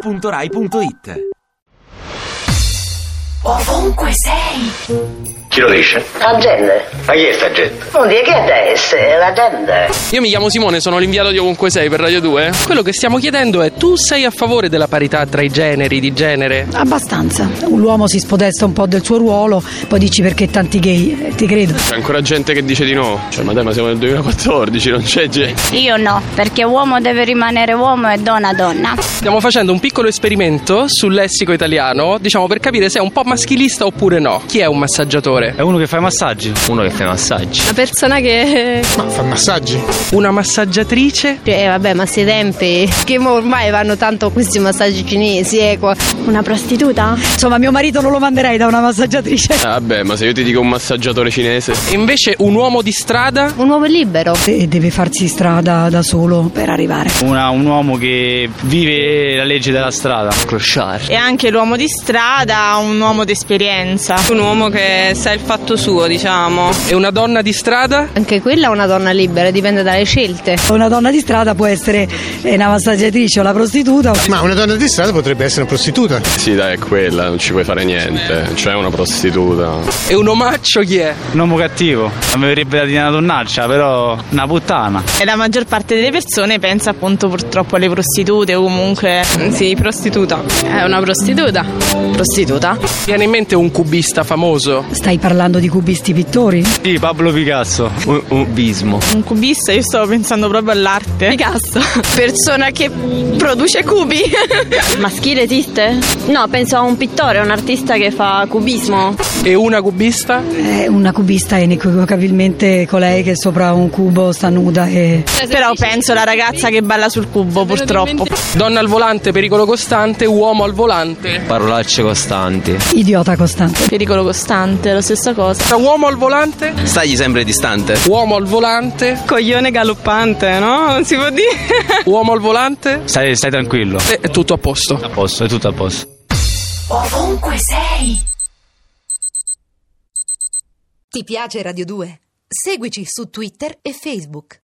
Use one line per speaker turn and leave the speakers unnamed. radio2pod.rai.it
Ovunque sei.
Chi lo dice?
Agende.
Ma chi è sta gente?
Non dire che è DS, è l'agenda.
Io mi chiamo Simone, sono l'inviato di ovunque sei per Radio 2. Quello che stiamo chiedendo è: tu sei a favore della parità tra i generi di genere?
Abbastanza. L'uomo si spodesta un po' del suo ruolo, poi dici perché tanti gay, Eh, ti credo.
C'è ancora gente che dice di no. Cioè, ma dai, ma siamo nel 2014, non c'è gente.
Io no, perché uomo deve rimanere uomo e donna donna.
Stiamo facendo un piccolo esperimento sul lessico italiano, diciamo per capire se è un po' maschilista oppure no. Chi è un massaggiatore?
È uno che fa i massaggi. Uno che fa i massaggi.
Una persona che.
Una massaggiatrice?
Eh vabbè, ma sei tempi. Che mo ormai vanno tanto questi massaggi cinesi, ecco.
Una prostituta?
Insomma, mio marito non lo manderei da una massaggiatrice.
Ah, Vabbè, ma se io ti dico un massaggiatore cinese. Invece un uomo di strada?
Un uomo libero.
E deve farsi strada da solo per arrivare.
Una- un uomo che vive la legge della strada. Crociare.
E anche l'uomo di strada, un uomo d'esperienza. Un uomo che sa il fatto suo, diciamo.
E una donna di strada?
Anche quella è una donna libera, dipende dalle scelte.
Una donna di strada può essere eh, una massaggiatrice o la prostituta.
Ma una donna di strada potrebbe essere una prostituta.
Sì, dai, è quella, non ci puoi fare niente. Cioè, una prostituta. E un omaccio chi è?
Un uomo cattivo. Non mi verrebbe da dire una donnaccia, però una puttana.
E la maggior parte delle persone pensa appunto purtroppo alle prostitute o comunque. Sì, prostituta.
È una prostituta. Prostituta?
Viene in mente un cubista famoso?
Stai parlando di cubisti pittori?
Sì, Pablo Picasso. Un, bismo.
Un cubista, io stavo pensando proprio all'arte.
Picasso. Persona che produce cubi.
Cioè,
Maschile esiste? No, penso a un pittore, un artista che fa cubismo.
E una cubista?
Eh, una cubista è inequivocabilmente colei che sopra un cubo sta nuda e...
Però penso alla ragazza che balla sul cubo, purtroppo.
Donna al volante, pericolo costante, uomo al volante.
Parolacce costanti.
Idiota costante.
Pericolo costante, la stessa cosa.
Tra uomo al volante,
Stagli sempre distante.
uomo al volante,
Coglione galoppante, no? Non si può dire.
uomo al volante.
Stai, stai tranquillo.
E è tutto a posto.
A posto, è tutto a posto.
Ovunque sei.
Ti piace Radio 2? Seguici su Twitter e Facebook.